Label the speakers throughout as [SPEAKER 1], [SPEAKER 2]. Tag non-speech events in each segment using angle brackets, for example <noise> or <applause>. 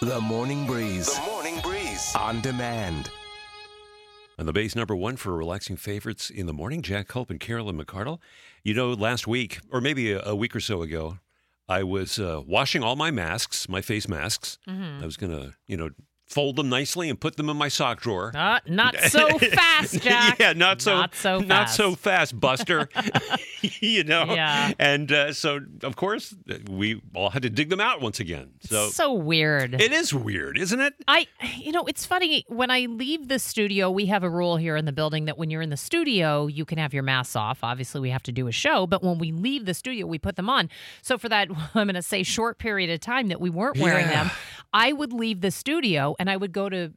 [SPEAKER 1] The Morning Breeze.
[SPEAKER 2] The Morning Breeze.
[SPEAKER 1] On demand.
[SPEAKER 3] On the base number one for relaxing favorites in the morning, Jack Culp and Carolyn McCardle. You know, last week, or maybe a, a week or so ago, I was uh, washing all my masks, my face masks.
[SPEAKER 4] Mm-hmm.
[SPEAKER 3] I was going to, you know, fold them nicely and put them in my sock drawer. <laughs>
[SPEAKER 4] Uh, not so fast, Jack.
[SPEAKER 3] yeah, not so,
[SPEAKER 4] Not so
[SPEAKER 3] not
[SPEAKER 4] fast.
[SPEAKER 3] so fast,
[SPEAKER 4] <laughs>
[SPEAKER 3] Buster. <laughs> you know,
[SPEAKER 4] Yeah.
[SPEAKER 3] and uh, so of course uh, we all had to dig them out once again. So,
[SPEAKER 4] so weird.
[SPEAKER 3] it is weird, isn't it?
[SPEAKER 4] I, you know, it's funny. When I leave the studio, we have a rule here in the building that when you're in the studio, you can have your masks off. Obviously, we have to do a show, but when we leave the studio, we put them on. So, for that, <laughs> I'm going to say short period of time that we weren't wearing
[SPEAKER 3] Yeah.
[SPEAKER 4] them, I would leave the studio and I would go to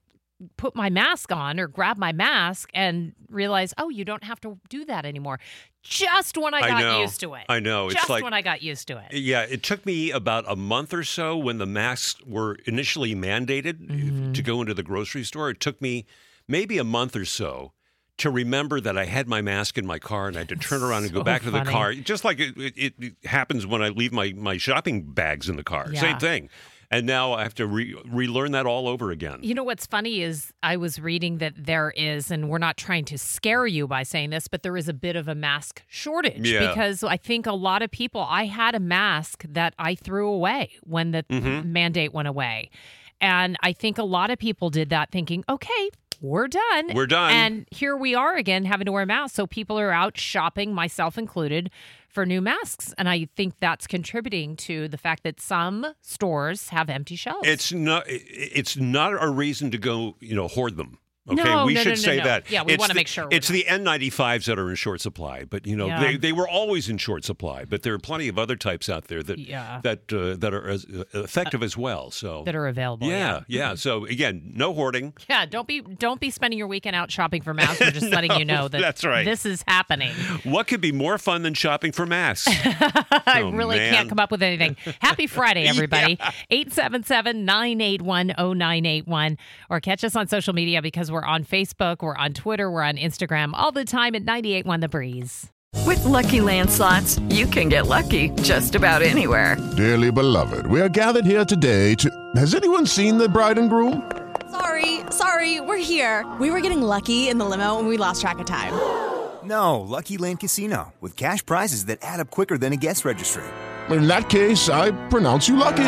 [SPEAKER 4] put my mask on or grab my mask and realize, oh, you don't have to do that anymore. Just when I
[SPEAKER 3] I
[SPEAKER 4] got
[SPEAKER 3] know.
[SPEAKER 4] used to it.
[SPEAKER 3] I know. It's
[SPEAKER 4] Just
[SPEAKER 3] like-
[SPEAKER 4] when I got used to it.
[SPEAKER 3] Yeah, it took me about a month or so when the masks were initially mandated
[SPEAKER 4] Mm-hmm.
[SPEAKER 3] to go into the grocery store. It took me maybe a month or so to remember that I had my mask in my car and I had to turn around and go
[SPEAKER 4] So
[SPEAKER 3] back to the
[SPEAKER 4] funny.
[SPEAKER 3] car, just like it, it, it happens when I leave my, my shopping bags in the car. Same
[SPEAKER 4] Yeah.
[SPEAKER 3] thing. And now I have to re- relearn that all over again.
[SPEAKER 4] You know what's funny is I was reading that there is, and we're not trying to scare you by saying this, but there is a bit of a mask shortage
[SPEAKER 3] Yeah.
[SPEAKER 4] because I think a lot of people. I had a mask that I threw away when the
[SPEAKER 3] Mm-hmm.
[SPEAKER 4] mandate went away, and I think a lot of people did that, thinking, "Okay, we're done,
[SPEAKER 3] We're done.
[SPEAKER 4] and here we are again having to wear masks." So people are out shopping, myself included. For new masks. And I think that's contributing to the fact that some stores have empty shelves.
[SPEAKER 3] It's not. i- It's not a reason to go. You know, hoard them. Okay,
[SPEAKER 4] No,
[SPEAKER 3] we
[SPEAKER 4] no,
[SPEAKER 3] should
[SPEAKER 4] no, no,
[SPEAKER 3] say
[SPEAKER 4] no.
[SPEAKER 3] that.
[SPEAKER 4] Yeah, we
[SPEAKER 3] It's
[SPEAKER 4] wanna
[SPEAKER 3] the-
[SPEAKER 4] make sure we're
[SPEAKER 3] It's the N95s that are in short supply, but you know
[SPEAKER 4] Yeah.
[SPEAKER 3] they, they were always in short supply. But there are plenty of other types out there that
[SPEAKER 4] Yeah.
[SPEAKER 3] that uh, that are as, uh, effective as well. So
[SPEAKER 4] that are Mm-hmm. available.
[SPEAKER 3] yeah, yeah. So again, no hoarding.
[SPEAKER 4] Yeah, don't be don't be spending your weekend out shopping for
[SPEAKER 3] <laughs>
[SPEAKER 4] masks. We're just letting you know that
[SPEAKER 3] that's right.
[SPEAKER 4] this is happening.
[SPEAKER 3] What could be more fun than shopping for masks?
[SPEAKER 4] <laughs> I
[SPEAKER 3] Oh,
[SPEAKER 4] really
[SPEAKER 3] man.
[SPEAKER 4] can't come up with anything.
[SPEAKER 3] <laughs>
[SPEAKER 4] Happy Friday, everybody. 877-981-0981. Or catch us on social media because we're on Facebook, we're on Twitter, we're on Instagram all the time at 981 The Breeze.
[SPEAKER 5] With Lucky Land slots, you can get lucky just about anywhere.
[SPEAKER 6] Dearly beloved, we are gathered here today to. Has anyone seen the bride and groom?
[SPEAKER 7] Sorry, sorry, we're here. We were getting lucky in the limo and we lost track of time.
[SPEAKER 2] No, Lucky Land Casino with cash prizes that add up quicker than a guest registry.
[SPEAKER 6] In that case, I pronounce you lucky.